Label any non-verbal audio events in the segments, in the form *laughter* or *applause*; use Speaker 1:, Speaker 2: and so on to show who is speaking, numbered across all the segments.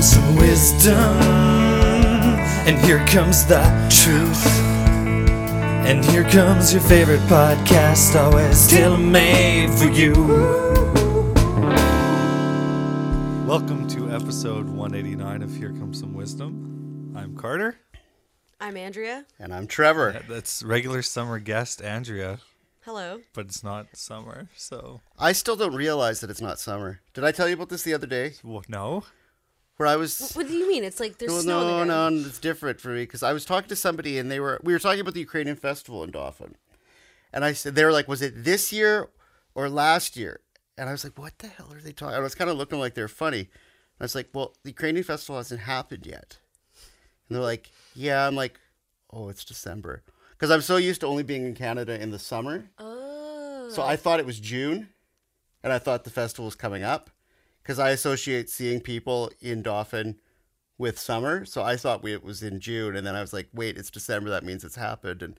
Speaker 1: is done. And here comes the truth. And here comes your favorite podcast, always tailor made for you. Welcome to episode 189 of Here Comes Some Wisdom. I'm Carter.
Speaker 2: I'm Andrea.
Speaker 3: And I'm Trevor.
Speaker 1: That's regular summer guest Andrea,
Speaker 2: Hello.
Speaker 1: but it's not summer, so
Speaker 3: I still don't realize that it's not summer. Did I tell you about this the other day?
Speaker 1: well, no.
Speaker 3: Where I was.
Speaker 2: What do you mean? It's like there's
Speaker 3: Well,
Speaker 2: snow.
Speaker 3: no,
Speaker 2: on the
Speaker 3: no,
Speaker 2: ground.
Speaker 3: it's different for me because I was talking to somebody and they were. We were talking about the Ukrainian festival in Dauphin. And I said, they were like, was it this year or last year? And I was like, what the hell are they talking I was kind of looking like they're funny. And I was like, well, the Ukrainian festival hasn't happened yet. And they're like, yeah. I'm like, oh, it's December. Because I'm so used to only being in Canada in the summer.
Speaker 2: Oh.
Speaker 3: So I thought it was June, and I thought the festival was coming up because I associate seeing people in Dauphin with summer. So I thought we, it was in June, and then I was like, wait, it's December. That means it's happened. And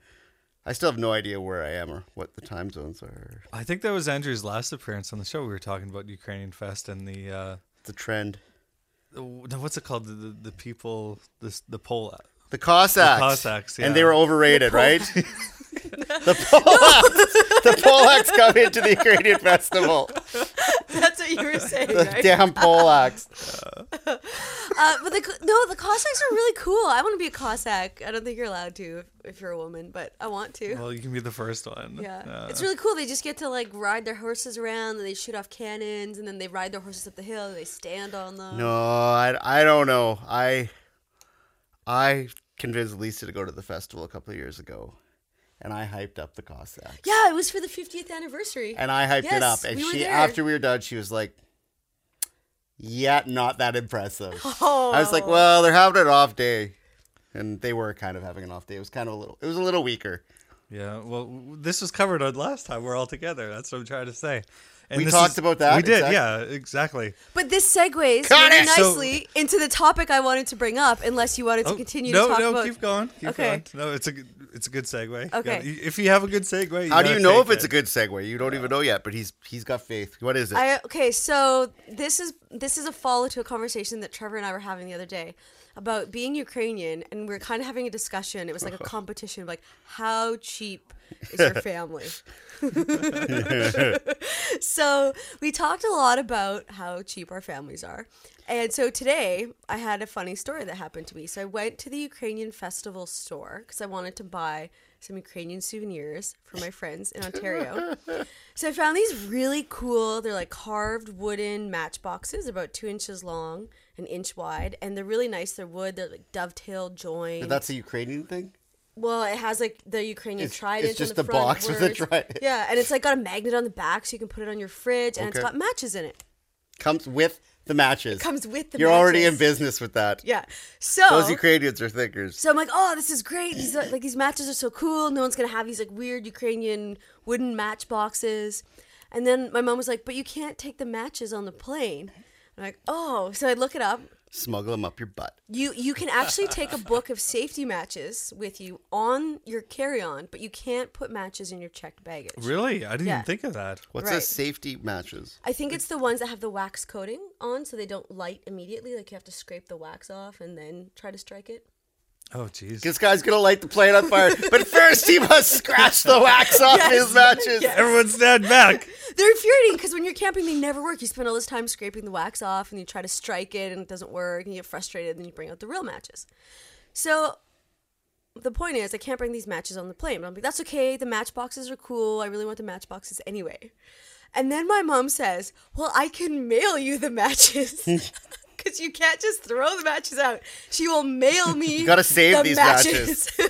Speaker 3: I still have no idea where I am or what the time zones are.
Speaker 1: I think that was Andrew's last appearance on the show. We were talking about Ukrainian Fest and the uh,
Speaker 3: The trend.
Speaker 1: the- no, what's it called? The the, the people, this the poll.
Speaker 3: The Cossacks.
Speaker 1: Cossacks,
Speaker 3: And
Speaker 1: yeah.
Speaker 3: they were overrated, right? the Polacks. *laughs* the Polacks come into the Ukrainian festival.
Speaker 2: *laughs* That's what you were
Speaker 3: *laughs*
Speaker 2: saying,
Speaker 3: The
Speaker 2: right?
Speaker 3: damn Polacks.
Speaker 2: Uh, but the co- no, the Cossacks are really cool. I want to be a Cossack. I don't think you're allowed to if, if you're a woman, but I want to.
Speaker 1: Well, you can be the first one.
Speaker 2: yeah.
Speaker 1: Uh,
Speaker 2: it's really cool. They just get to like ride their horses around and they shoot off cannons and then they ride their horses up the hill and they stand on them.
Speaker 3: No, I, I don't know. I I convinced Lisa to go to the festival a couple of years ago, and I hyped up the Cossack.
Speaker 2: Yeah, it was for the 50th anniversary.
Speaker 3: And I hyped it
Speaker 2: Yes,
Speaker 3: up, and
Speaker 2: we were
Speaker 3: she
Speaker 2: there.
Speaker 3: after we were done, she was like, "Yeah, not that impressive."
Speaker 2: oh.
Speaker 3: I was like, "Well, they're having an off day." And they were kind of having an off day. It was kind of a little. It was a little weaker.
Speaker 1: yeah. Well, w- this was covered on last time. We're all together. That's what I'm trying to say. And
Speaker 3: We
Speaker 1: this
Speaker 3: talked about that,
Speaker 1: We did.
Speaker 3: exact-
Speaker 1: Yeah. Exactly.
Speaker 2: But this segues
Speaker 3: Got
Speaker 2: really
Speaker 3: it!
Speaker 1: So-
Speaker 2: nicely into the topic I wanted to bring up, unless you wanted to continue
Speaker 1: Oh, no,
Speaker 2: to talk
Speaker 1: no.
Speaker 2: about.
Speaker 1: keep going. Keep
Speaker 2: Okay.
Speaker 1: going. No, it's a good- it's a good segue. You
Speaker 2: Okay.
Speaker 1: gotta- if you have a good segue,
Speaker 3: How do
Speaker 1: gotta
Speaker 3: you know
Speaker 1: take
Speaker 3: if it's
Speaker 1: it.
Speaker 3: a good segue? You don't even know yet. But he's he's got faith. What is it?
Speaker 2: I okay, so this is this is a follow to a conversation that Trevor and I were having the other day about being Ukrainian, and we were kind of having a discussion. It was like
Speaker 3: Uh-huh.
Speaker 2: a competition, like how cheap is
Speaker 3: *laughs*
Speaker 2: your family? so we talked a lot about how cheap our families are, and so today I had a funny story that happened to me. So I went to the Ukrainian festival store because I wanted to buy some Ukrainian souvenirs for my friends in Ontario. So I found these really cool. They're like carved wooden matchboxes, about two inches long, an inch wide, and they're really nice. They're wood. They're like dovetail joined.
Speaker 3: That's a Ukrainian thing.
Speaker 2: well, it has like the Ukrainian
Speaker 3: It's-
Speaker 2: trident.
Speaker 3: it's just
Speaker 2: on the,
Speaker 3: the
Speaker 2: front,
Speaker 3: box with the
Speaker 2: words.
Speaker 3: trident.
Speaker 2: Yeah, and it's like got a magnet on the back, so you can put it on your fridge, and it's
Speaker 3: Okay.
Speaker 2: got matches in it.
Speaker 3: Comes with the matches.
Speaker 2: Comes with the
Speaker 3: You're already in
Speaker 2: matches.
Speaker 3: business with that.
Speaker 2: Yeah. So
Speaker 3: Those Ukrainians are thinkers.
Speaker 2: So I'm like, oh, this is great. These are, like these matches are so cool. No one's gonna have these like weird Ukrainian wooden match boxes. And then my mom was like, but you can't take the matches on the plane. I'm like, oh. So I look it up.
Speaker 3: Smuggle them up your butt.
Speaker 2: You you can actually take a book of safety matches with you on your carry-on, but you can't put matches in your checked baggage.
Speaker 1: Really, I didn't
Speaker 2: Yeah.
Speaker 1: even think of that.
Speaker 3: What's
Speaker 2: Right.
Speaker 3: a safety matches?
Speaker 2: I think it's the ones that have the wax coating on, so they don't light immediately. Like you have to scrape the wax off and then try to strike it.
Speaker 1: Oh, jeez.
Speaker 3: This guy's gonna light the plane on fire, but first he must scratch the wax off
Speaker 2: Yes.
Speaker 3: his
Speaker 1: *laughs*
Speaker 3: matches.
Speaker 1: Everyone stand
Speaker 2: *laughs*
Speaker 1: back.
Speaker 2: They're infuriating because when you're camping, they never work. You spend all this time scraping the wax off, and you try to strike it, and it doesn't work, and you get frustrated, and then you bring out the real matches. So the point is, I can't bring these matches on the plane. But I'm like, that's okay. The match boxes are cool. I really want the match boxes anyway. And then my mom says, "Well, I can mail you the matches."
Speaker 3: *laughs*
Speaker 2: *laughs* Because you can't just throw the matches out. She will
Speaker 3: *laughs*
Speaker 2: mail me. you
Speaker 3: gotta save these
Speaker 2: *laughs* you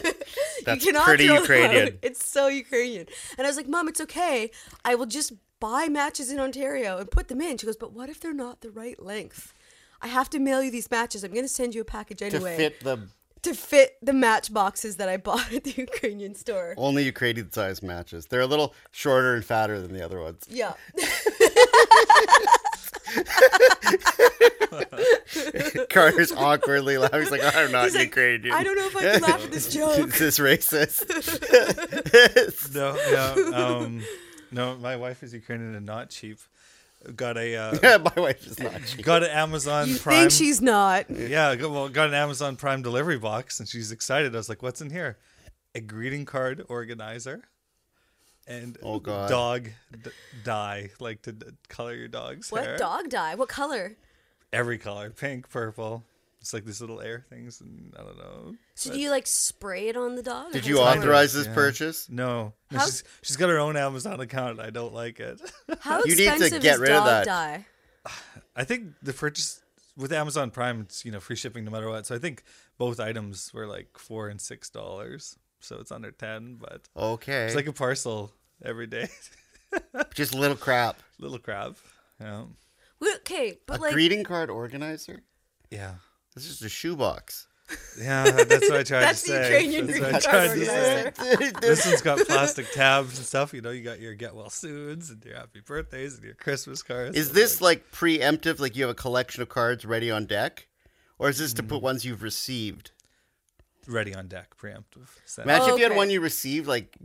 Speaker 3: That's
Speaker 2: cannot
Speaker 3: pretty
Speaker 2: throw them
Speaker 3: Ukrainian.
Speaker 2: out. It's so Ukrainian. And I was like, Mom, it's okay. I will just buy matches in Ontario and put them in. She goes, But what if they're not the right length? I have to mail you these matches. I'm going to send you a package
Speaker 3: To
Speaker 2: anyway
Speaker 3: fit the
Speaker 2: to fit the match boxes that I bought at the Ukrainian store.
Speaker 3: only Ukrainian sized matches. They're a little shorter and fatter than the other ones.
Speaker 2: Yeah. *laughs* *laughs*
Speaker 3: Carter's awkwardly laughing. He's like, I'm not
Speaker 2: He's like,
Speaker 3: Ukrainian.
Speaker 2: I don't know if I can laugh at
Speaker 3: *laughs*
Speaker 2: this joke.
Speaker 3: Is
Speaker 2: *laughs*
Speaker 3: this racist? *laughs*
Speaker 1: No, no, um, no. My wife is Ukrainian and not cheap. got a uh,
Speaker 3: *laughs* Yeah, my wife is not. She,
Speaker 1: got an Amazon
Speaker 2: You
Speaker 1: Prime.
Speaker 2: think she's not?
Speaker 1: yeah, got, well, got an Amazon Prime delivery box, and she's excited. I was like, "What's in here?" A greeting card organizer, and
Speaker 3: Oh, God.
Speaker 1: dog d- dye, like to d- color your dog's hair.
Speaker 2: What dog dye? What color?
Speaker 1: Every color, pink, purple. It's like these little air things, and I don't know.
Speaker 2: So do you like spray it on the dog? or
Speaker 3: did
Speaker 2: how
Speaker 3: you
Speaker 2: does that work?
Speaker 3: authorize this
Speaker 1: Yeah.
Speaker 3: purchase?
Speaker 1: No, No,
Speaker 2: How-
Speaker 1: she's she's got her own Amazon account. And I don't like it. *laughs*
Speaker 2: How
Speaker 3: You need to
Speaker 2: expensive
Speaker 3: get
Speaker 2: is
Speaker 3: rid of
Speaker 2: dog
Speaker 3: that.
Speaker 2: dye?
Speaker 1: I think the purchase with Amazon Prime, it's you know free shipping no matter what. So I think both items were like four and six dollars. So it's under ten, but
Speaker 3: Okay,
Speaker 1: it's like a parcel every day.
Speaker 3: just little crap.
Speaker 1: Little crab. Yeah.
Speaker 2: Well, Okay, but
Speaker 3: a
Speaker 2: like
Speaker 3: *laughs* greeting card organizer.
Speaker 1: Yeah.
Speaker 3: This is a shoebox.
Speaker 1: Yeah, that's what I tried
Speaker 2: That's
Speaker 1: to
Speaker 2: the
Speaker 1: say.
Speaker 2: Ukrainian
Speaker 1: that's
Speaker 2: green
Speaker 1: what I tried
Speaker 2: card
Speaker 1: to
Speaker 2: *laughs* organizer.
Speaker 1: say.
Speaker 2: Yes.
Speaker 1: This one's got plastic tabs and stuff. You know, you got your get well soons and your happy birthdays and your Christmas cards.
Speaker 3: *laughs* Is
Speaker 1: and,
Speaker 3: this like preemptive? Like you have a collection of cards ready on deck, or is this to put ones you've received?
Speaker 1: like, ready on deck preemptive? set.
Speaker 3: Imagine if you had
Speaker 2: Okay.
Speaker 3: one you received, like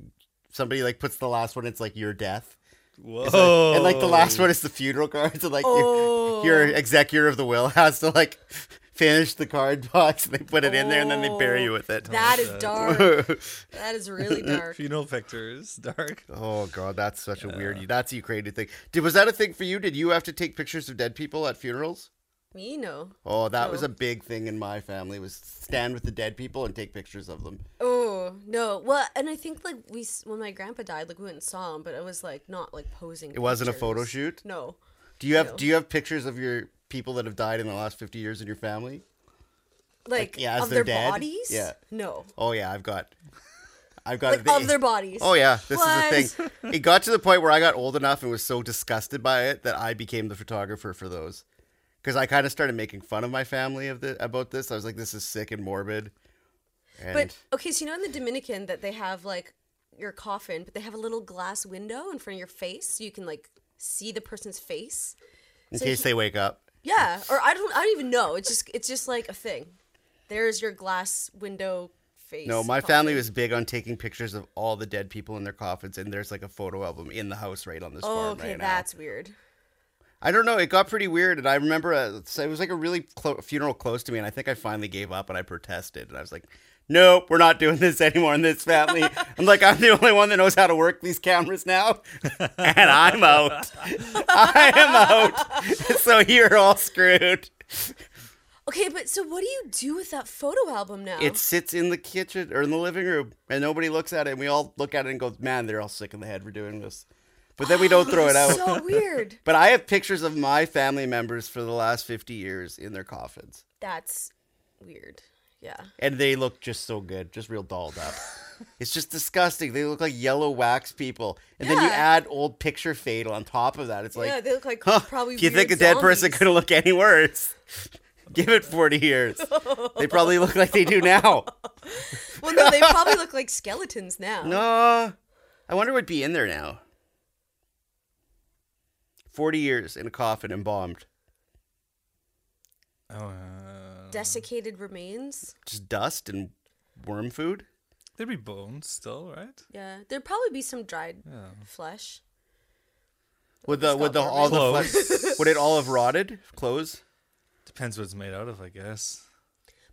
Speaker 3: somebody like puts the last one. It's like your death,
Speaker 1: Whoa.
Speaker 3: It's like- and like the last one is the funeral cards, and like
Speaker 2: Oh.
Speaker 3: your, your executor of the will has to like *laughs* finish the card box. And they put it in there, and then they bury you with it.
Speaker 2: that is
Speaker 3: *laughs*
Speaker 2: dark. Oh. that is really dark.
Speaker 1: funeral pictures, dark.
Speaker 3: Oh god, that's such a weird. That's a Ukrainian thing. Did was that a thing for you? Did you have to take pictures of dead people at funerals?
Speaker 2: Me no.
Speaker 3: Oh, that was
Speaker 2: No.
Speaker 3: a big thing in my family. Was stand with the dead people and take pictures of them.
Speaker 2: Oh no. Well, and I think like we s- when my grandpa died, like we went and saw him, but it was like not like posing.
Speaker 3: It wasn't a photo shoot.
Speaker 2: No.
Speaker 3: Do you have
Speaker 2: No.
Speaker 3: Do you have pictures of your people that have died in the last fifty years in your family?
Speaker 2: Like,
Speaker 3: yeah, as
Speaker 2: of their
Speaker 3: they're dead?
Speaker 2: bodies.
Speaker 3: Yeah.
Speaker 2: No.
Speaker 3: Oh yeah, I've got. I've got
Speaker 2: Like
Speaker 3: the-
Speaker 2: of their bodies.
Speaker 3: Oh yeah, this
Speaker 2: What?
Speaker 3: is
Speaker 2: *laughs*
Speaker 3: the thing. It got to the point where I got old enough and was so disgusted by it that I became the photographer for those. Because I kind of started making fun of my family of the about this. I was like, "This is sick and morbid." And
Speaker 2: But okay, so you know in the Dominican that they have like your coffin, but they have a little glass window in front of your face, so you can like see the person's face.
Speaker 3: in case they wake up,
Speaker 2: Yeah, or I don't, I don't even know. It's just, it's just like a thing. There's your glass window face.
Speaker 3: no, my
Speaker 2: coffin.
Speaker 3: family was big on taking pictures of all the dead people in their coffins, and there's like a photo album in the house right on this
Speaker 2: Oh,
Speaker 3: farm
Speaker 2: okay,
Speaker 3: right now.
Speaker 2: that's weird.
Speaker 3: I don't know. It got pretty weird, and I remember uh it was like a really clo- funeral close to me, and I think I finally gave up and I protested, and I was like, "Nope, we're not doing *laughs* this anymore in this family." I'm like, "I'm the only one that knows how to work these cameras now, *laughs* and I'm out. *laughs* I am out. *laughs* so you're all screwed."
Speaker 2: Okay, but so what do you do with that photo album now?
Speaker 3: It sits in the kitchen or in the living room, and nobody looks at it, and we all look at it and go, "Man, they're all sick in the head for doing this." But then we don't
Speaker 2: *gasps*
Speaker 3: throw it out. *laughs*
Speaker 2: so weird.
Speaker 3: but I have pictures of my family members for the last 50 years in their coffins.
Speaker 2: That's weird. Yeah.
Speaker 3: and they look just so good, just real
Speaker 2: *laughs*
Speaker 3: dolled up. it's just disgusting. They look like yellow wax people, and then you
Speaker 2: Yeah.
Speaker 3: add old picture fade on top of that. It's like,
Speaker 2: yeah, they look like
Speaker 3: huh,
Speaker 2: probably.
Speaker 3: if you think a
Speaker 2: weird
Speaker 3: dead person
Speaker 2: zombies.
Speaker 3: could look any worse, *laughs* give it forty
Speaker 2: *laughs*
Speaker 3: years. they probably look like they do now.
Speaker 2: Well, no, they
Speaker 3: *laughs*
Speaker 2: probably look like skeletons now.
Speaker 3: No, I wonder what'd be in there now. Forty years in a coffin, embalmed,
Speaker 1: Oh, uh,
Speaker 2: Desiccated remains.
Speaker 3: just dust and worm food.
Speaker 1: there'd be bones still, right?
Speaker 2: Yeah, there'd probably be some dried
Speaker 1: Yeah.
Speaker 2: flesh.
Speaker 3: Would the would the
Speaker 2: got
Speaker 3: all the
Speaker 1: Clothes.
Speaker 3: flesh, would it all have rotted? Clothes.
Speaker 1: Depends what it's made out of, I guess.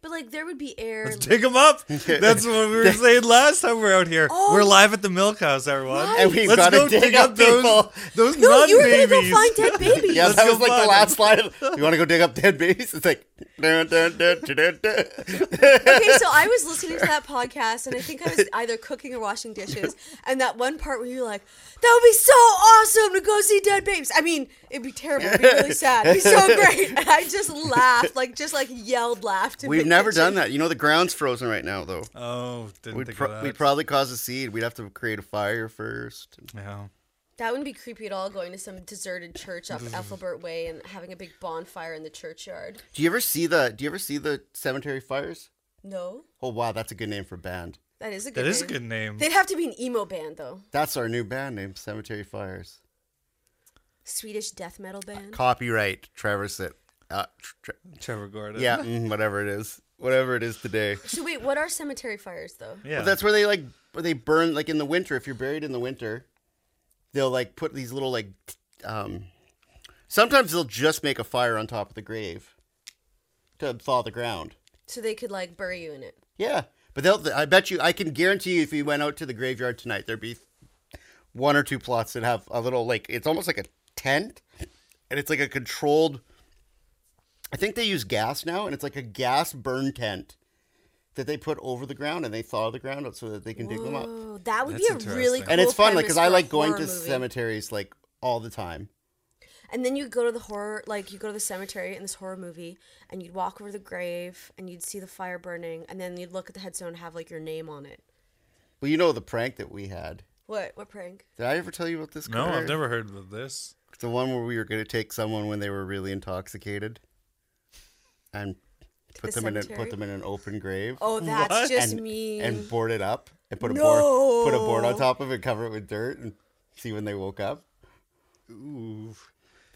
Speaker 2: But like, there would be air.
Speaker 1: Dig them up. That's what we were saying last time we were out here.
Speaker 2: Oh.
Speaker 1: We're live at the milk house, everyone.
Speaker 2: Right.
Speaker 3: And we've
Speaker 1: Let's
Speaker 3: gotta
Speaker 1: go
Speaker 3: dig
Speaker 1: dig
Speaker 3: up
Speaker 1: up those,
Speaker 3: people.
Speaker 1: those
Speaker 2: no,
Speaker 1: nun
Speaker 2: you were gonna
Speaker 1: babies.
Speaker 2: go find
Speaker 3: *laughs*
Speaker 2: dead babies.
Speaker 3: Yeah,
Speaker 1: Let's
Speaker 3: that
Speaker 1: go
Speaker 3: was like
Speaker 1: find
Speaker 3: the
Speaker 1: him.
Speaker 3: last line. Of, you want to go dig up dead babies? It's like. dun, dun, dun, dun, dun, dun.
Speaker 2: okay, so I was listening to that podcast, and I think I was either cooking or washing dishes. And that one part where you're like, "That would be so awesome to go see dead babes." I mean, it'd be terrible. It'd be really sad. It'd be so great. And I just laughed, like just like yelled, laughed. in
Speaker 3: We've
Speaker 2: the
Speaker 3: never
Speaker 2: kitchen.
Speaker 3: done that. You know, the ground's frozen right now, though.
Speaker 1: Oh, didn't
Speaker 3: We'd,
Speaker 1: think
Speaker 3: pro-
Speaker 1: of that.
Speaker 3: we'd probably cause a seed. We'd have to create a fire first.
Speaker 1: yeah.
Speaker 2: That wouldn't be creepy at all. Going to some deserted church up Ethelbert Way and having a big bonfire in the churchyard.
Speaker 3: Do you ever see the? Do you ever see the cemetery fires?
Speaker 2: No,
Speaker 3: Oh wow, that's a good name for a band.
Speaker 2: that is a good.
Speaker 1: That is a
Speaker 2: name.
Speaker 1: good name.
Speaker 2: They'd have to be an emo band though.
Speaker 3: That's our new band name, Cemetery Fires.
Speaker 2: Swedish death metal band.
Speaker 3: Copyright Trevor Sit. Uh, tr- tr-
Speaker 1: Trevor Gordon. *laughs*
Speaker 3: yeah, mm, whatever it is, whatever it is today.
Speaker 2: So wait, what are cemetery fires though?
Speaker 1: Yeah.
Speaker 3: That's where they like where they burn like in the winter. If you're buried in the winter, they'll like put these little like t- um Sometimes they'll just make a fire on top of the grave to thaw the ground.
Speaker 2: so they could like bury you in it.
Speaker 3: Yeah, but they'll. I bet you. I can guarantee you, if you went out to the graveyard tonight, there'd be one or two plots that have a little like it's almost like a tent, and it's like a controlled. I think they use gas now, and it's like a gas burn tent that they put over the ground and they thaw the ground out so that they can dig them up.
Speaker 2: Oh, that would
Speaker 4: That's
Speaker 2: be a really
Speaker 4: interesting.
Speaker 2: cool
Speaker 3: And it's fun, like,
Speaker 2: premise
Speaker 3: because I
Speaker 2: for a
Speaker 3: like going to
Speaker 2: horror movie.
Speaker 3: cemeteries like all the time.
Speaker 2: And then you go to the horror, like you go to the cemetery in this horror movie, and you'd walk over the grave, and you'd see the fire burning, and then you'd look at the headstone and have like your name on it.
Speaker 3: Well, you know the prank that we had.
Speaker 2: What? What prank?
Speaker 3: Did I ever tell you about this?
Speaker 4: No,
Speaker 3: Carter?
Speaker 4: I've never heard of this.
Speaker 3: The one where we were going to take someone when they were really intoxicated, and put
Speaker 2: the
Speaker 3: them in a,
Speaker 2: cemetery?
Speaker 3: put them in an open grave.
Speaker 2: Oh, that's
Speaker 4: What?
Speaker 2: just
Speaker 3: and,
Speaker 2: mean.
Speaker 3: And board it up and put a board put a board on
Speaker 2: No.
Speaker 3: top of it, cover it with dirt, and see when they woke up. Ooh,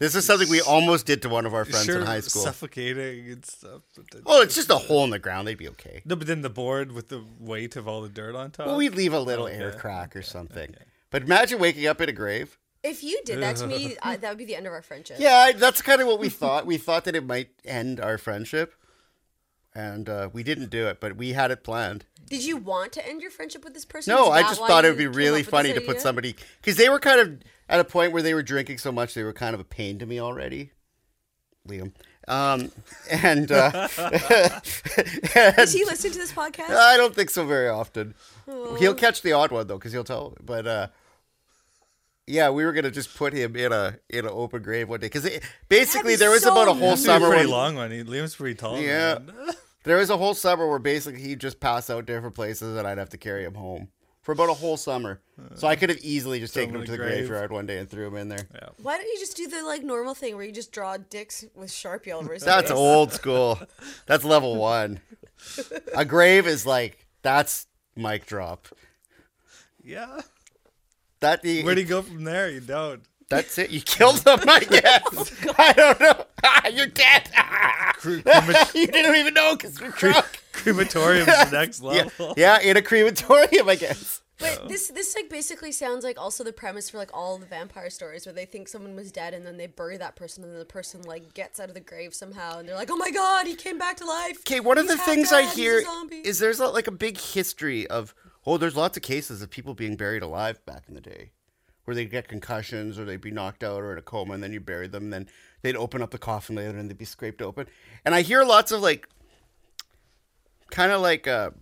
Speaker 3: this is something we almost did to one of our friends
Speaker 4: sure,
Speaker 3: in high school.
Speaker 4: suffocating and stuff. but then-
Speaker 3: oh, it's just a hole in the ground; they'd be okay.
Speaker 4: no, but then the board with the weight of all the dirt on top.
Speaker 1: Uh,
Speaker 3: Well, we'd leave a little air crack or something. But imagine waking up in a grave.
Speaker 2: if you did that to
Speaker 3: *laughs*
Speaker 2: me, I, that would be the end of our friendship.
Speaker 3: Yeah, I, that's kind of
Speaker 2: *laughs*
Speaker 3: what we thought. We thought that it might end our friendship, and uh, we didn't do it, but we had it planned.
Speaker 2: Did you want to end your friendship with this person?
Speaker 3: No,
Speaker 2: Is
Speaker 3: I
Speaker 2: that
Speaker 3: just
Speaker 2: why
Speaker 3: thought it would
Speaker 2: you
Speaker 3: be
Speaker 2: came
Speaker 3: really
Speaker 2: up with
Speaker 3: funny
Speaker 2: this
Speaker 3: to put
Speaker 2: idea?
Speaker 3: somebody because they were kind of at a point where they were drinking so much they were kind of a pain to me already, Liam. Um,
Speaker 2: *laughs*
Speaker 3: and uh,
Speaker 2: Does he listen to this podcast?
Speaker 3: I don't think so very often. He'll catch the odd one though because he'll tell. But uh, yeah, we were gonna just put him in a in an open grave one day because basically
Speaker 2: be
Speaker 3: there was
Speaker 2: so
Speaker 3: about a whole
Speaker 4: That'd be a
Speaker 3: summer.
Speaker 4: pretty
Speaker 3: when-
Speaker 4: long one. He- Liam's pretty tall.
Speaker 3: Yeah.
Speaker 4: man.
Speaker 3: There was a whole summer where basically he'd just pass out different places and I'd have to carry him home for about a whole summer. So I could have easily just taken
Speaker 4: him
Speaker 3: him
Speaker 4: in
Speaker 3: to
Speaker 4: the
Speaker 3: the
Speaker 4: grave.
Speaker 3: graveyard one day and threw him in there.
Speaker 4: Yeah.
Speaker 2: Why don't you just do the like normal thing where you just draw dicks with Sharpie
Speaker 3: *laughs*
Speaker 2: all over? his
Speaker 3: That's
Speaker 2: face?
Speaker 3: old school. That's
Speaker 2: *laughs*
Speaker 3: level one. A grave is like, that's mic drop.
Speaker 4: Yeah.
Speaker 3: That the,
Speaker 4: Where do you go from there? You don't.
Speaker 3: That's it. You killed him, I guess. I don't know. Ah, You're dead.
Speaker 4: Cre- crema- *laughs*
Speaker 3: you didn't even know because we're drunk.
Speaker 4: crematorium's the next
Speaker 3: *laughs* Yeah,
Speaker 4: level.
Speaker 3: yeah, in a crematorium, I guess.
Speaker 2: But this this like basically sounds like also the premise for like all the vampire stories where they think someone was dead and then they bury that person and then the person like gets out of the grave somehow and they're like, oh my god, he came back to life.
Speaker 3: Okay, one of
Speaker 2: He's
Speaker 3: the
Speaker 2: half
Speaker 3: things
Speaker 2: dead,
Speaker 3: I
Speaker 2: he's a
Speaker 3: hear
Speaker 2: zombie."
Speaker 3: is there's a, like a big history of oh, there's lots of cases of people being buried alive back in the day, where they'd get concussions or they'd be knocked out or in a coma, and then you bury them, and then they'd open up the coffin later and they'd be scraped open. And I hear lots of like, kind of like a,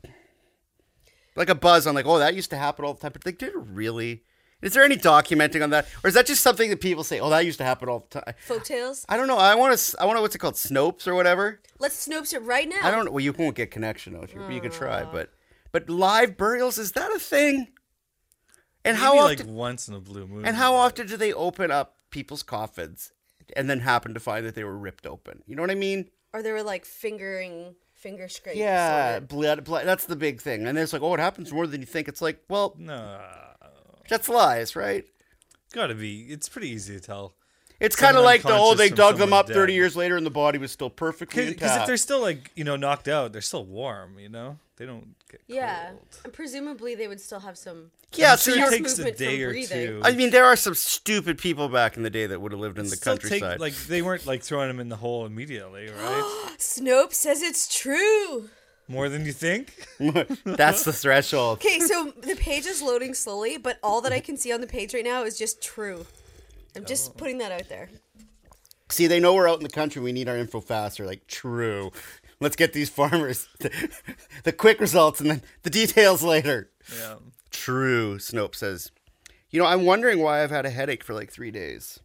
Speaker 3: like a buzz on like oh that used to happen all the time, but they didn't really. Is there any documenting on that, or is that just something that people say? Oh, that used to happen all the time.
Speaker 2: folk tales.
Speaker 3: I don't know. I want to. I want to. What's it called? Snopes or whatever.
Speaker 2: Let's Snopes it right now.
Speaker 3: I don't. Well, you won't get connection out here, but you could try. But but live burials is that a thing? And how
Speaker 4: Maybe
Speaker 3: often?
Speaker 4: like once in a blue moon.
Speaker 3: and how often do they open up people's coffins and then happen to find that they were ripped open? You know what I mean?
Speaker 2: Or they were like fingering finger scrapes. on
Speaker 3: Yeah,
Speaker 2: it.
Speaker 3: blood, blood. That's the big thing. And it's like, oh, it happens more than you think. It's like, well,
Speaker 4: No.
Speaker 3: that's lies, right?
Speaker 4: It's gotta be. It's pretty easy to tell.
Speaker 3: It's
Speaker 4: Someone
Speaker 3: kind of like the oh,
Speaker 4: unconscious
Speaker 3: they
Speaker 4: from
Speaker 3: dug them
Speaker 4: someone
Speaker 3: up thirty
Speaker 4: dead.
Speaker 3: years later, and the body was still perfectly
Speaker 4: Because if
Speaker 3: intact.
Speaker 4: they're still like you know knocked out, they're still warm. You know, they don't get
Speaker 2: Yeah.
Speaker 4: cold.
Speaker 2: And presumably they would still have some.
Speaker 3: yeah, so
Speaker 4: Sure,
Speaker 3: you're,
Speaker 4: it takes a
Speaker 2: movement from
Speaker 4: day or
Speaker 2: breathing.
Speaker 4: two.
Speaker 3: I mean, there are some stupid people back in the day that would have lived in the
Speaker 4: Still take-
Speaker 3: countryside.
Speaker 4: like they weren't like throwing them in the hole immediately, right?
Speaker 2: Snopes says it's true.
Speaker 4: More than you think.
Speaker 3: *laughs* that's the threshold.
Speaker 2: Okay, so *laughs* the page is loading slowly, but all that I can see on the page right now is just true. I'm just
Speaker 3: Oh.
Speaker 2: putting that out there.
Speaker 3: See, they know we're out in the country. We need our info faster. Like, true. Let's get these farmers *laughs* the, quick results and then the details later.
Speaker 4: Yeah.
Speaker 3: True, Snope says. You know, I'm wondering why I've had a headache for like three days.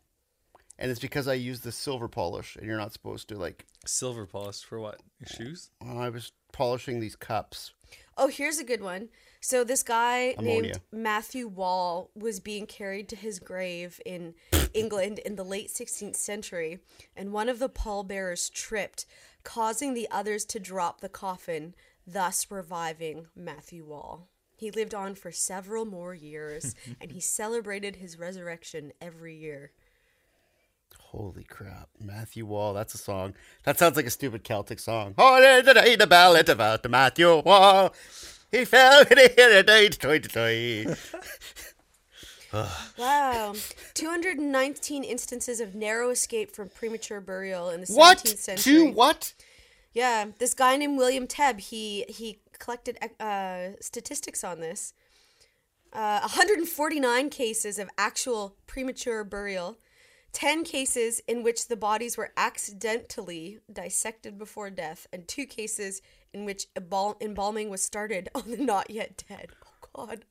Speaker 3: And it's because I used the silver polish, and you're not supposed to, like,
Speaker 4: Silver polish for what? Your shoes?
Speaker 3: well, I was polishing these cups.
Speaker 2: Oh, here's a good one. So this guy named
Speaker 3: Ammonia.
Speaker 2: Matthew Wall was being carried to his grave
Speaker 3: *laughs*
Speaker 2: in England in the late 16th century, and one of the pallbearers tripped, causing the others to drop the coffin, thus reviving Matthew Wall. He lived on for several more
Speaker 3: *laughs*
Speaker 2: years, and he celebrated his resurrection every year.
Speaker 3: Holy crap. Matthew Wall, that's a song. That sounds like a stupid Celtic song. Oh, da, da, da, the ballad about Matthew Wall. He fell in a night.
Speaker 2: Wow. 219 instances of narrow escape from premature burial in the 17th
Speaker 3: What?
Speaker 2: century.
Speaker 3: Two what?
Speaker 2: Yeah, this guy named William Tebb, he he collected uh, statistics on this. Uh, 149 cases of actual premature burial, 10 cases in which the bodies were accidentally dissected before death, and two cases in which embal- embalming was started on the not yet dead. Oh God.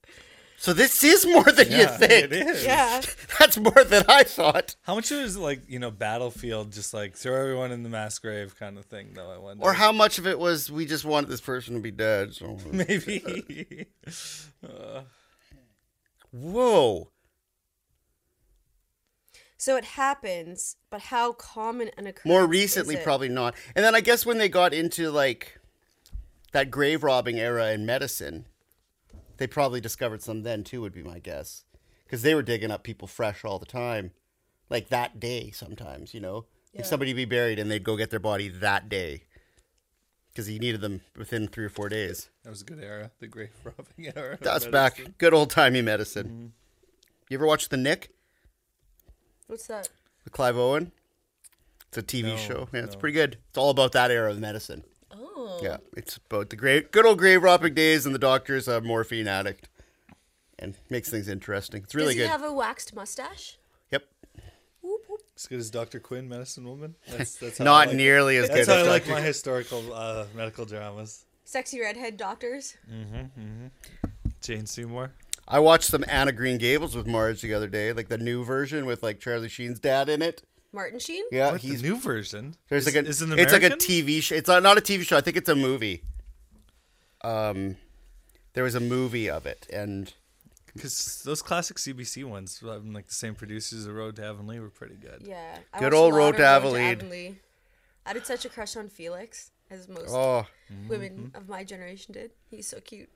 Speaker 3: So this is more than
Speaker 1: Yeah,
Speaker 3: you think.
Speaker 1: it is.
Speaker 2: Yeah.
Speaker 3: *laughs* That's more than I thought.
Speaker 1: How much of it is like you know battlefield, just like throw everyone in the mass grave kind of thing? Though I wonder.
Speaker 3: Or
Speaker 4: *laughs*
Speaker 3: how much of it was we just wanted this person to be dead?
Speaker 1: *laughs*
Speaker 3: So.
Speaker 1: maybe.
Speaker 3: Whoa.
Speaker 2: So it happens, but how common an occurrence?
Speaker 3: More
Speaker 2: is
Speaker 3: recently,
Speaker 2: it?
Speaker 3: probably not. And then I guess when they got into like that grave robbing era in medicine, they probably discovered some then too, would be my guess. Because they were digging up people fresh all the time, like that day sometimes, you know? Like somebody would be buried and they'd go get their body that day because he needed them within three or four days.
Speaker 1: that was a good era, the grave robbing era. of
Speaker 3: That's
Speaker 1: medicine. Mm-hmm.
Speaker 3: back. Good old timey medicine. You ever watch The Nick
Speaker 2: What's that?
Speaker 3: with Clive Owen? It's a TV
Speaker 1: No,
Speaker 3: show. Yeah, it's
Speaker 1: no.
Speaker 3: pretty good. It's all about that era of medicine.
Speaker 2: Oh.
Speaker 3: Yeah, it's about the great, good old grave robbing days, and the doctor's a morphine addict, and makes things interesting. It's really
Speaker 2: Does he
Speaker 3: good.
Speaker 2: have a waxed mustache?
Speaker 3: yep,
Speaker 2: Whoop, whoop.
Speaker 1: As good as Doctor Quinn, Medicine Woman. That's,
Speaker 2: *laughs*
Speaker 1: that's how I
Speaker 3: not
Speaker 1: like-
Speaker 3: nearly as
Speaker 1: That's
Speaker 3: good
Speaker 1: how I
Speaker 3: as
Speaker 1: like
Speaker 3: Doctor.
Speaker 1: my historical uh, medical dramas.
Speaker 2: Sexy redhead doctors.
Speaker 1: Jane Seymour.
Speaker 3: I watched some Anna Green Gables with Marge the other day, like the new version with like Charlie Sheen's dad in it.
Speaker 2: Martin Sheen?
Speaker 3: Yeah,
Speaker 1: What,
Speaker 3: Uh, he's
Speaker 1: the new version.
Speaker 3: there's
Speaker 1: is,
Speaker 3: like a
Speaker 1: is it
Speaker 3: it's
Speaker 1: an
Speaker 3: like a
Speaker 1: American?
Speaker 3: TV show. It's not, not a TV show. I think it's a movie. Um, there was a movie of it, and
Speaker 1: Because those classic CBC ones, having like the same producers of Road to Avonlea, were pretty good.
Speaker 2: Yeah. I
Speaker 3: Good
Speaker 2: watched a
Speaker 3: old
Speaker 2: lot
Speaker 3: Road
Speaker 2: of
Speaker 3: to Avonlea.
Speaker 2: Avonlea. I had such a crush on Felix, as most
Speaker 3: oh,
Speaker 2: women of my generation did. He's so cute.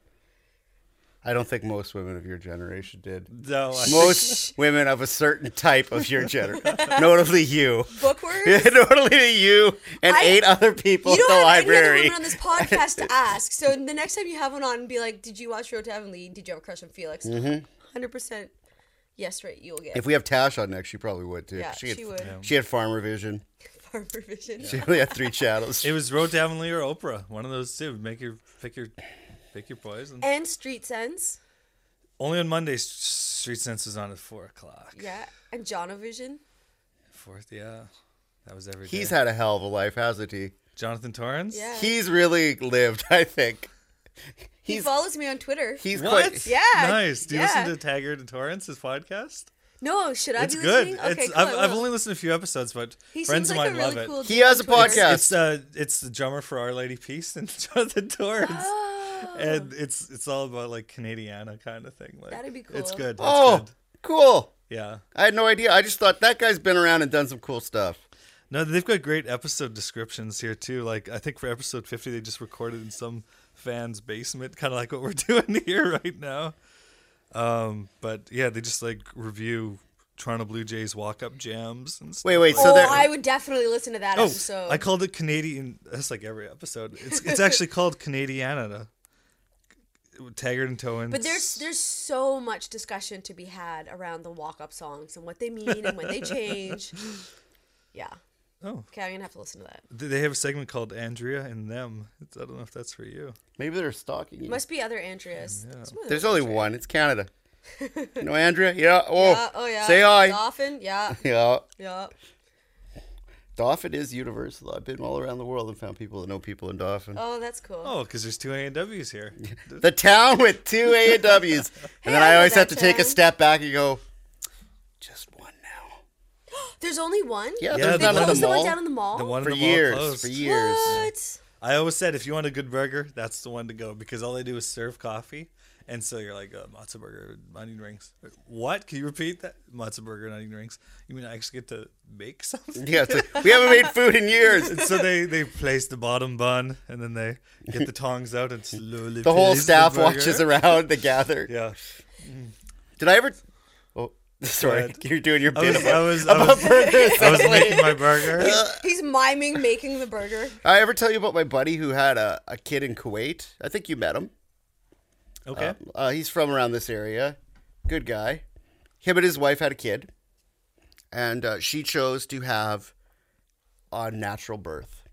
Speaker 3: I don't think most women of your generation did.
Speaker 1: No,
Speaker 2: *laughs*
Speaker 1: I think
Speaker 3: most women of a certain type of your gender, notably you, *laughs*
Speaker 2: Bookworm?
Speaker 3: notably you, and
Speaker 2: I-
Speaker 3: eight other people
Speaker 2: You
Speaker 3: at
Speaker 2: don't
Speaker 3: the
Speaker 2: have any other
Speaker 3: library.
Speaker 2: women on this podcast
Speaker 3: *laughs*
Speaker 2: to ask. So the next time you have one on, be like, "Did you watch Road to Avonlea? Did you have a crush on Felix?" 100 percent. Yes, right. You will get *laughs*
Speaker 3: Mm-hmm. if we have Tash on next, she probably would too.
Speaker 2: Yeah,
Speaker 3: had,
Speaker 2: she would.
Speaker 3: She had farmer vision.
Speaker 2: farm provision.
Speaker 3: She only had three
Speaker 1: *laughs*
Speaker 3: shadows.
Speaker 1: it was Road to Avonlea or Oprah. One of those two. Make your pick your pick your poison.
Speaker 2: And Street Sense.
Speaker 1: Only on Mondays, Street Sense was on at four o'clock.
Speaker 2: Yeah, and Jonovision.
Speaker 1: Fourth, yeah, that was every day.
Speaker 3: He's had a hell of a life, hasn't he?
Speaker 1: Jonathan Torrens.
Speaker 2: Yeah.
Speaker 3: He's really lived, I think.
Speaker 2: He
Speaker 3: He's-
Speaker 2: follows me on Twitter.
Speaker 3: He's
Speaker 1: What?
Speaker 3: quite.
Speaker 2: Yeah,
Speaker 1: Nice. Do you
Speaker 2: yeah.
Speaker 1: listen to Taggart and Torrance, his podcast?
Speaker 2: no, should I
Speaker 1: it's
Speaker 2: be
Speaker 1: good.
Speaker 2: listening? Okay,
Speaker 1: it's,
Speaker 2: cool,
Speaker 1: I've,
Speaker 2: I
Speaker 1: I've
Speaker 2: will.
Speaker 1: only listened to a few episodes, but
Speaker 2: He
Speaker 1: friends
Speaker 2: seems
Speaker 1: of
Speaker 2: like
Speaker 1: mine
Speaker 2: a really
Speaker 1: love
Speaker 2: cool
Speaker 1: it.
Speaker 2: dude
Speaker 3: He has
Speaker 2: on
Speaker 3: a
Speaker 2: Twitter.
Speaker 3: podcast.
Speaker 1: It's uh, it's the drummer for Our Lady Peace and *laughs* Jonathan Torrance,
Speaker 2: Oh.
Speaker 1: and it's it's all about like Canadiana kind of thing. Like
Speaker 2: That'd be
Speaker 1: It's
Speaker 2: cool.
Speaker 1: good. It's
Speaker 3: Oh,
Speaker 1: good.
Speaker 3: cool.
Speaker 1: Yeah.
Speaker 3: I had no idea. I just thought that guy's been around and done some cool stuff.
Speaker 1: No, they've got great episode descriptions here too. Like I think for episode fifty, they just recorded in some fan's basement, kind of like what we're *laughs* doing here right now. Um, but yeah, they just like review Toronto Blue Jays walk-up jams and stuff.
Speaker 3: Wait, wait. So
Speaker 2: oh,
Speaker 3: there.
Speaker 2: I would definitely listen to that
Speaker 1: Oh,
Speaker 2: episode.
Speaker 1: I called it Canadian. That's like every episode. It's it's
Speaker 2: *laughs*
Speaker 1: actually called Canadiana. Taggart and Towan.
Speaker 2: but there's there's so much discussion to be had around the walk up songs and what they mean and
Speaker 1: *laughs*
Speaker 2: when they change. Yeah.
Speaker 1: oh, Hmm.
Speaker 2: Okay, I'm gonna have to listen to that.
Speaker 1: th- they have a segment called Andrea and them. It's, I don't know if that's for you.
Speaker 3: Maybe they're stalking you.
Speaker 2: Must be other Andreas. It's more than
Speaker 3: There's
Speaker 2: one.
Speaker 3: only one. It's Canada. You know
Speaker 2: *laughs*
Speaker 3: Andrea? Yeah. Oh,
Speaker 2: Uh, oh yeah.
Speaker 3: Say hi.
Speaker 2: Often. Yeah.
Speaker 3: Yeah.
Speaker 2: Yeah.
Speaker 3: Dauphin is universal. I've been all around the world and found people that know people in Dauphin.
Speaker 2: Oh, that's cool.
Speaker 1: Oh, because there's two A and W's here.
Speaker 3: The town with two A
Speaker 2: *laughs*
Speaker 3: and W's. And then
Speaker 2: I
Speaker 3: I
Speaker 2: know
Speaker 3: always have
Speaker 2: that
Speaker 3: to take a
Speaker 2: town.
Speaker 3: step back and go, just one now.
Speaker 2: There's only one.
Speaker 1: Yeah,
Speaker 3: Yeah, there's
Speaker 1: the
Speaker 2: They
Speaker 3: none
Speaker 1: one-
Speaker 3: at
Speaker 2: closed
Speaker 3: the
Speaker 2: the
Speaker 3: mall.
Speaker 2: one down in the mall.
Speaker 1: The one
Speaker 3: for
Speaker 1: in the mall
Speaker 3: years,
Speaker 1: closed.
Speaker 3: for years.
Speaker 2: What?
Speaker 1: I always said if you want a good burger, that's the one to go because all they do is serve coffee. And so you're like, uh, matzo burger, onion rings. What? Can you repeat that? Matzo burger and onion rings. You mean I actually get to make *laughs* something?
Speaker 3: Yeah, it's like, we haven't made food in years.
Speaker 1: And so they, they place the bottom bun and then they get the tongs out and slowly.
Speaker 3: The whole
Speaker 1: place
Speaker 3: staff
Speaker 1: burger.
Speaker 3: watches around. They gather.
Speaker 1: Yeah.
Speaker 3: Did I ever? Oh, *laughs* sorry.
Speaker 1: ahead.
Speaker 3: You're doing your
Speaker 1: I was,
Speaker 3: business.
Speaker 1: I
Speaker 3: *laughs*
Speaker 1: was, I was,
Speaker 3: burgers.
Speaker 1: I was making my
Speaker 3: *laughs*
Speaker 1: burger.
Speaker 3: Uh,
Speaker 2: He's miming making the burger.
Speaker 3: I ever tell you about my buddy who had a, a kid in Kuwait? I think you met him.
Speaker 1: Okay.
Speaker 3: Uh, he's from around this area. Good guy. him and his wife had a kid, and uh, she chose to have a natural birth,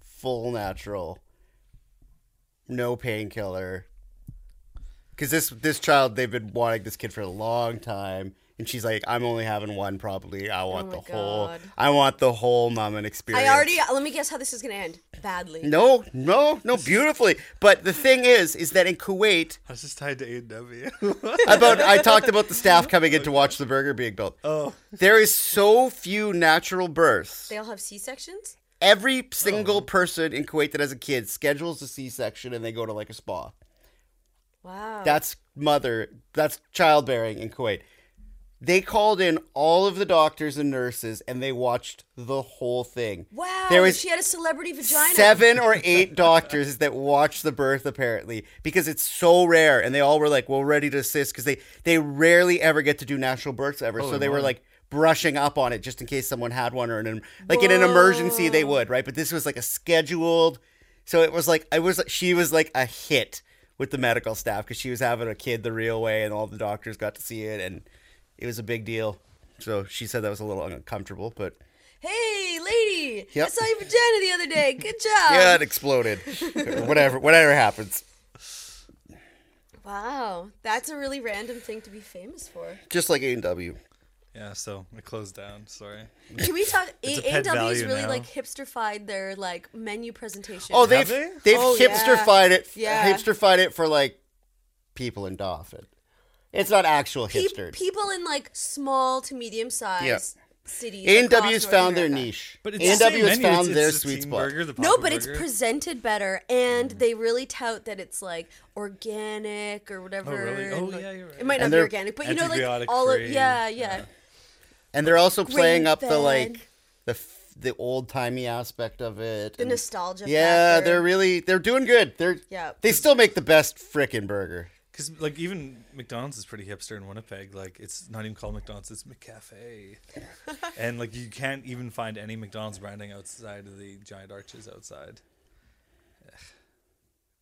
Speaker 3: full natural, no painkiller. Because this this child, they've been wanting this kid for a long time, and she's like, "I'm only having one, probably. I
Speaker 2: Oh
Speaker 3: want
Speaker 2: my
Speaker 3: the whole,
Speaker 2: God.
Speaker 3: I want the whole mom and experience."
Speaker 2: I already. Let me guess how this is gonna end. Badly.
Speaker 3: No, no, no, beautifully. But the thing is, is that in Kuwait,
Speaker 1: How's this tied to *laughs* A&W?
Speaker 3: about I talked about the staff coming in to watch the burger being built.
Speaker 1: oh,
Speaker 3: There is so few natural births.
Speaker 2: They all have C sections.
Speaker 3: Every single person in Kuwait that has a kid schedules a C-section and they go to like a spa.
Speaker 2: Wow.
Speaker 3: That's mother. That's childbearing in Kuwait. They called in all of the doctors and nurses and they watched the whole thing.
Speaker 2: wow.
Speaker 3: There was
Speaker 2: she had a celebrity vagina.
Speaker 3: seven or eight doctors that watch the birth apparently because it's so rare and they all were like well ready to assist because they they rarely ever get to do natural births ever so they were like brushing up on it just in case someone had one or an like in an emergency they would right but this was like a scheduled so it was like i was she was like a hit with the medical staff because she was having a kid the real way and all the doctors got to see it and it was a big deal so she said that was a little uncomfortable but
Speaker 2: Hey, lady.
Speaker 3: Yep.
Speaker 2: I saw your vagina the other day. Good job.
Speaker 3: yeah it exploded or whatever whatever happens
Speaker 2: Wow. That's a really random thing to be famous
Speaker 3: *laughs*
Speaker 2: for.
Speaker 3: just like A and W.
Speaker 1: yeah. So it closed down. Sorry.
Speaker 2: Can we talk?
Speaker 1: It's a
Speaker 2: A-
Speaker 1: pet
Speaker 2: AW's
Speaker 1: value
Speaker 2: really
Speaker 1: now.
Speaker 2: like hipsterfied their like menu presentation.
Speaker 3: Oh, they've
Speaker 1: they?
Speaker 3: they've
Speaker 2: Oh, yeah.
Speaker 3: hipsterfied it.
Speaker 2: Yeah.
Speaker 3: hipsterfied it for like people in Dauphin. It's not actual
Speaker 2: Pe-
Speaker 3: hipsters.
Speaker 2: people in like small to medium sized
Speaker 3: Yeah.
Speaker 2: cities.
Speaker 3: A and
Speaker 2: across
Speaker 3: W's
Speaker 2: North
Speaker 3: found their
Speaker 2: America.
Speaker 3: niche.
Speaker 1: But
Speaker 3: A and W has found
Speaker 1: it's,
Speaker 3: their
Speaker 1: it's the
Speaker 3: sweet
Speaker 1: teen
Speaker 3: spot.
Speaker 1: burger, the
Speaker 2: No,
Speaker 1: Papa
Speaker 2: but it's
Speaker 1: Burger. Mm.
Speaker 2: presented better, and they really tout that it's like organic or whatever.
Speaker 1: really? Oh,
Speaker 2: and, like-
Speaker 1: yeah, you're right.
Speaker 2: It might not
Speaker 3: And
Speaker 2: be
Speaker 3: they're
Speaker 2: organic, but you know, like
Speaker 1: antibiotic
Speaker 2: all of
Speaker 1: free,
Speaker 2: yeah, yeah,
Speaker 3: And they're also playing up the
Speaker 2: grain-fed.
Speaker 3: like the f- the old timey aspect of it.
Speaker 2: the
Speaker 3: and-
Speaker 2: nostalgia.
Speaker 3: Yeah,
Speaker 2: factor.
Speaker 3: they're really they're doing good. They're
Speaker 2: Yeah.
Speaker 3: They still make the best frickin' burger.
Speaker 1: Because like even McDonald's is pretty hipster in Winnipeg. Like it's not even called McDonald's; it's
Speaker 2: *laughs*
Speaker 1: McCafe, and like you can't even find any McDonald's branding outside of the giant arches outside. Ugh.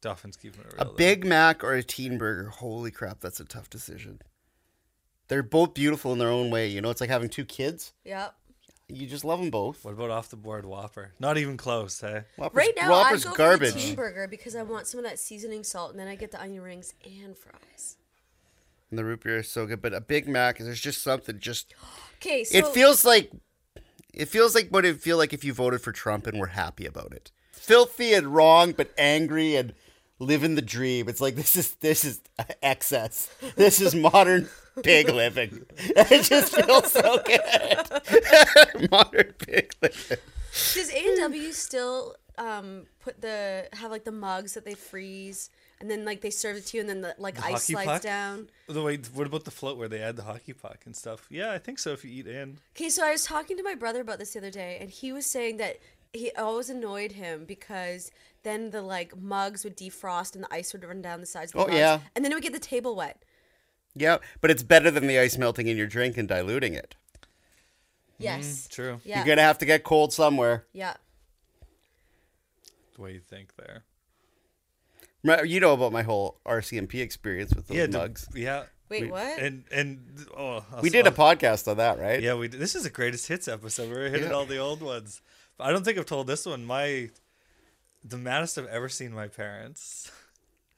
Speaker 1: Dolphins keeping it real.
Speaker 3: A
Speaker 1: though.
Speaker 3: Big Mac or a teen burger? Holy crap, that's a tough decision. They're both beautiful in their own way. You know, it's like having two kids.
Speaker 2: Yep.
Speaker 3: You just love them both.
Speaker 1: What about off the board Whopper? Not even close, eh? hey.
Speaker 3: Whopper's,
Speaker 2: Right now,
Speaker 3: Whopper's
Speaker 2: I go
Speaker 3: garbage.
Speaker 2: for the teen burger because I want some of that seasoning salt, and then I get the onion rings and fries.
Speaker 3: And the root beer is so good, but a Big Mac, there's just something. Just
Speaker 2: Okay, so
Speaker 3: it feels like it feels like what it feel like if you voted for Trump and were happy about it. Filthy and wrong, but angry and living the dream. It's like this is this is excess. This is modern pig living. *laughs* It just feels so good. *laughs* modern pig living.
Speaker 2: does A and W still um, put the have like the mugs that they freeze, and then like they serve it to you, and then the, like ice
Speaker 1: hockey
Speaker 2: slides
Speaker 1: puck?
Speaker 2: down.
Speaker 1: The way, what about the float where they add the hockey puck and stuff? Yeah, I think so. If you eat in,
Speaker 2: Okay, so I was talking to my brother about this the other day, and he was saying that he always annoyed him because then the like mugs would defrost and the ice would run down the sides of the
Speaker 3: Oh,
Speaker 2: mugs,
Speaker 3: yeah.
Speaker 2: and then it would get the table wet.
Speaker 1: Mm,
Speaker 3: Yeah, but it's better than the ice melting in your drink and diluting it.
Speaker 2: Yes.
Speaker 1: true.
Speaker 2: Yeah.
Speaker 3: You're gonna have to get cold somewhere.
Speaker 2: yeah.
Speaker 1: The way you think there.
Speaker 3: Remember- You know about my whole RCMP experience with the
Speaker 1: Yeah, the-
Speaker 3: mugs.
Speaker 1: yeah.
Speaker 2: Wait,
Speaker 1: We-
Speaker 2: what?
Speaker 1: And and oh, I'll-
Speaker 3: We did a
Speaker 1: I'll-
Speaker 3: podcast on that, right?
Speaker 1: Yeah, we did. This is a greatest hits episode. We're hitting
Speaker 3: Yeah.
Speaker 1: all the old ones. But I don't think I've told this one. My the maddest I've ever seen my parents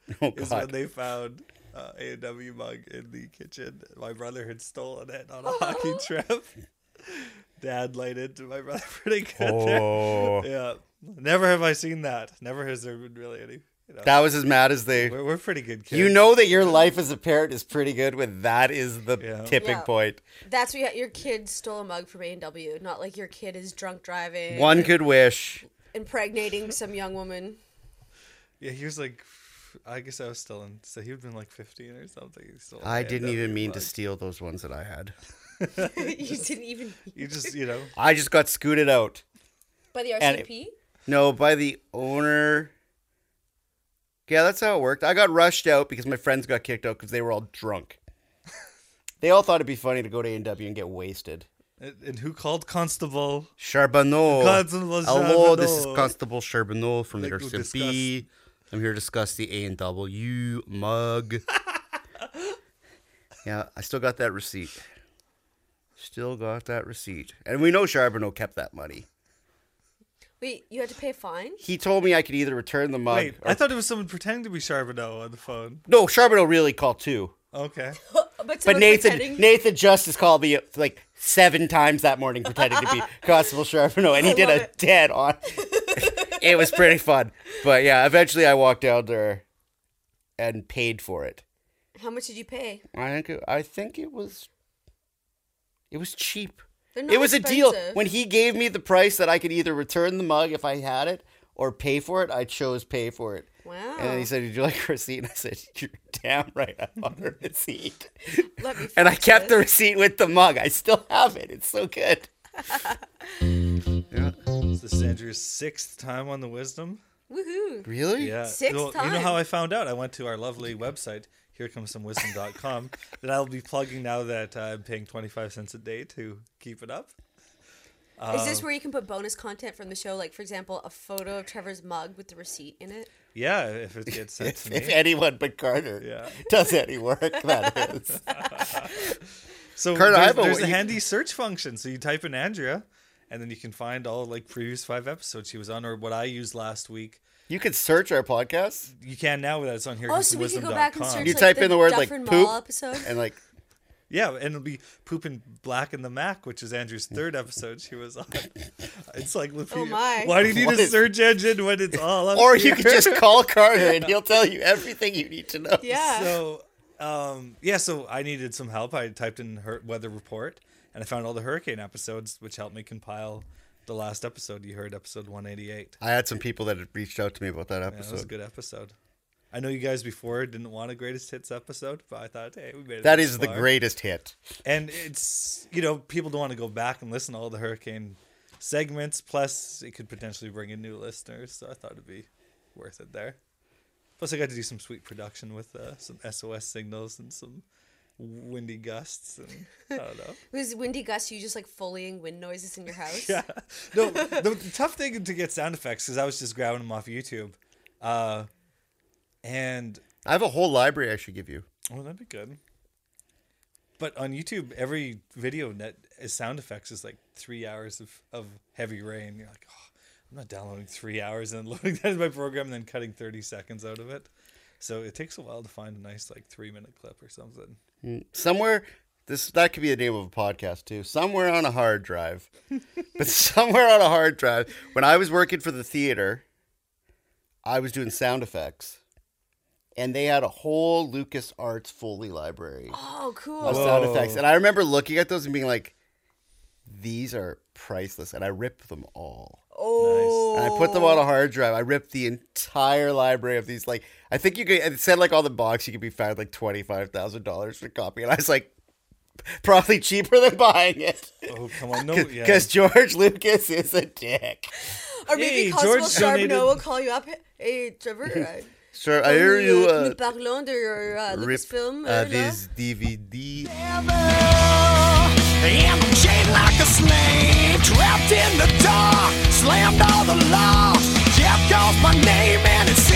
Speaker 3: *laughs*
Speaker 1: *laughs*
Speaker 3: Oh
Speaker 1: is when
Speaker 3: god.
Speaker 1: they *laughs* found uh, a W mug in the kitchen. My brother had stolen it on a
Speaker 3: *laughs*
Speaker 1: hockey trip. Dad laid into my brother *laughs* pretty good.
Speaker 3: Oh.
Speaker 1: There. Yeah, never have I seen that. Never has there been really any. You know,
Speaker 3: *laughs* That was as mad as they.
Speaker 1: we're, we're pretty good kids.
Speaker 3: You know that your life as a parent is pretty good when that is the
Speaker 1: Yeah.
Speaker 3: tipping
Speaker 2: Yeah.
Speaker 3: point.
Speaker 2: That's what you your kid stole a mug from A and W, not like your kid is drunk driving,
Speaker 3: One could wish.
Speaker 2: impregnating some young woman. *laughs*
Speaker 1: Yeah, he was like. I guess I was still in. So he would have been like 15 or something. He stole
Speaker 3: I
Speaker 1: a
Speaker 3: didn't even
Speaker 1: A&W
Speaker 3: mean to
Speaker 1: mug.
Speaker 3: steal those ones that I had.
Speaker 2: you didn't even
Speaker 1: You just, you know.
Speaker 3: I just got scooted out.
Speaker 2: *laughs* by the
Speaker 3: And it-
Speaker 2: RCMP.
Speaker 3: No, by the owner. Yeah, that's how it worked. I got rushed out because my friends got kicked out because they were all
Speaker 1: *laughs*
Speaker 3: drunk. they all thought it'd be funny to go to A&W and get wasted.
Speaker 1: And, and who called Constable?
Speaker 3: Charbonneau.
Speaker 1: Constable
Speaker 3: Hello, this is
Speaker 1: Charbonneau.
Speaker 3: Constable Charbonneau from the
Speaker 1: Like we
Speaker 3: RCMP. I'm here to discuss the A
Speaker 1: *laughs*
Speaker 3: and W mug. yeah, I still got that receipt. Still got that receipt. And we know Charbonneau kept that money.
Speaker 2: Wait, you had to pay a fine?
Speaker 3: He told me I could either return the mug.
Speaker 1: Wait,
Speaker 3: or-
Speaker 1: I thought it was someone pretending to be Charbonneau on the phone.
Speaker 3: no, Charbonneau really called two.
Speaker 1: Okay.
Speaker 2: Uh, But,
Speaker 3: But
Speaker 2: someone
Speaker 3: Nathan
Speaker 2: pretending-
Speaker 3: Nathan Justice called me like seven times that morning pretending
Speaker 2: *laughs*
Speaker 3: to be Constable Charbonneau, and he did
Speaker 2: love
Speaker 3: a
Speaker 2: it.
Speaker 3: dead
Speaker 2: *laughs*
Speaker 3: on. it was pretty fun. But yeah, eventually I walked down there and paid for it.
Speaker 2: How much did you pay?
Speaker 3: I think it, I think it was it was cheap.
Speaker 2: They're not
Speaker 3: It was a deal.
Speaker 2: expensive.
Speaker 3: When he gave me the price that I could either return the mug if I had it or pay for it, I chose pay for it.
Speaker 2: Wow.
Speaker 3: And then he said, "Did you like a receipt?" And I said, "You're damn right, I want a *laughs* receipt."
Speaker 2: Let me
Speaker 3: *laughs* and I
Speaker 2: fix
Speaker 3: kept the
Speaker 2: this.
Speaker 3: receipt with the mug. I still have it. It's so good.
Speaker 1: This *laughs* is Andrew's sixth time on the wisdom.
Speaker 2: Woohoo.
Speaker 3: Really?
Speaker 1: Yeah.
Speaker 2: Sixth
Speaker 1: well, You know
Speaker 2: time.
Speaker 1: how I found out? I went to our lovely website, herecomesomewisdom.com, *laughs* that I'll be plugging now that uh, I'm paying 25 cents a day to keep it up.
Speaker 2: Is this where you can put bonus content from the show? Like, for example, a photo of Trevor's mug with the receipt in it?
Speaker 1: Yeah, if it gets sent *laughs* to
Speaker 3: *laughs* If
Speaker 1: me.
Speaker 3: anyone but Carter
Speaker 1: Yeah.
Speaker 3: does any work, that is.
Speaker 1: So
Speaker 3: Kurt, I
Speaker 1: there's,
Speaker 3: have a-
Speaker 1: there's a
Speaker 3: you-
Speaker 1: handy search function. So you type in Andrea, and then you can find all like previous five episodes she was on, or what I used last week.
Speaker 3: You could search our podcast
Speaker 1: You can now that it's on here.
Speaker 2: Oh, so we can go back and search
Speaker 3: You
Speaker 2: like,
Speaker 3: type
Speaker 2: the
Speaker 3: in the word, like,
Speaker 2: Dufferin
Speaker 3: poop
Speaker 2: Mall
Speaker 3: *laughs*
Speaker 2: episode.
Speaker 3: and like
Speaker 1: Yeah, and it'll be pooping black in the Mac, which is Andrew's third episode she was on. *laughs* It's like, repeat-
Speaker 2: my.
Speaker 1: why do you need
Speaker 3: What
Speaker 1: a
Speaker 3: is-
Speaker 1: search engine when it's all up
Speaker 3: or you could
Speaker 1: here? *laughs*
Speaker 3: just call Carter and he'll tell you everything you need to know.
Speaker 2: yeah.
Speaker 1: so um yeah so i needed some help i typed in her weather report and i found all the hurricane episodes which helped me compile the last episode you heard episode 188
Speaker 3: I had some people that had reached out to me about that
Speaker 1: yeah, that was a
Speaker 3: episode.
Speaker 1: good episode i know you guys before didn't want a greatest hits episode but i thought hey we made it
Speaker 3: that
Speaker 1: this
Speaker 3: is the
Speaker 1: far.
Speaker 3: greatest hit.
Speaker 1: and it's you know people don't want to go back and listen to all the hurricane segments plus it could potentially bring in new listeners so i thought it'd be worth it there plus i got to do some sweet production with uh, some sos signals and some windy gusts and i don't know
Speaker 2: Was Windy Gus you just like foleying wind noises in your house?
Speaker 1: yeah no the, the tough thing to get sound effects because i was just grabbing them off youtube uh, and
Speaker 3: I have a whole library I should give you.
Speaker 1: Oh, that'd be good. But on YouTube, every video net is sound effects is like three hours of, of heavy rain. You're like, oh, I'm not downloading three hours and *laughs* loading that in my program and then cutting 30 seconds out of it. So it takes a while to find a nice like three minute clip or something.
Speaker 3: somewhere this that could be the name of a podcast too somewhere on a hard drive but somewhere on a hard drive when i was working for the theater i was doing sound effects and they had a whole lucas arts foley library
Speaker 2: Oh, cool.
Speaker 3: of sound
Speaker 1: Whoa.
Speaker 3: effects and i remember looking at those and being like these are priceless and i ripped them all
Speaker 2: oh.
Speaker 3: and I put them on a hard drive. I ripped the entire library of these. Like, I think you could, it said like on the box, you could be found like $25,000 for a copy. And I was like, probably cheaper than buying it.
Speaker 1: Oh, come *laughs* on. No, yeah.
Speaker 3: Because George Lucas is a dick.
Speaker 2: Or maybe
Speaker 1: Hey,
Speaker 2: Constable
Speaker 1: George
Speaker 2: Charbonneau
Speaker 1: donated-
Speaker 2: will call you up. Hey, Trevor. I,
Speaker 3: Sure, *laughs* I hear you
Speaker 2: nous
Speaker 3: uh,
Speaker 2: parlons de your uh,
Speaker 3: rip
Speaker 2: Lucasfilm.
Speaker 3: uh,
Speaker 2: uh, là.
Speaker 3: this DVD.
Speaker 5: I'm chained like a slave, trapped in the dark, slammed all the laws. Jeff calls my name and it's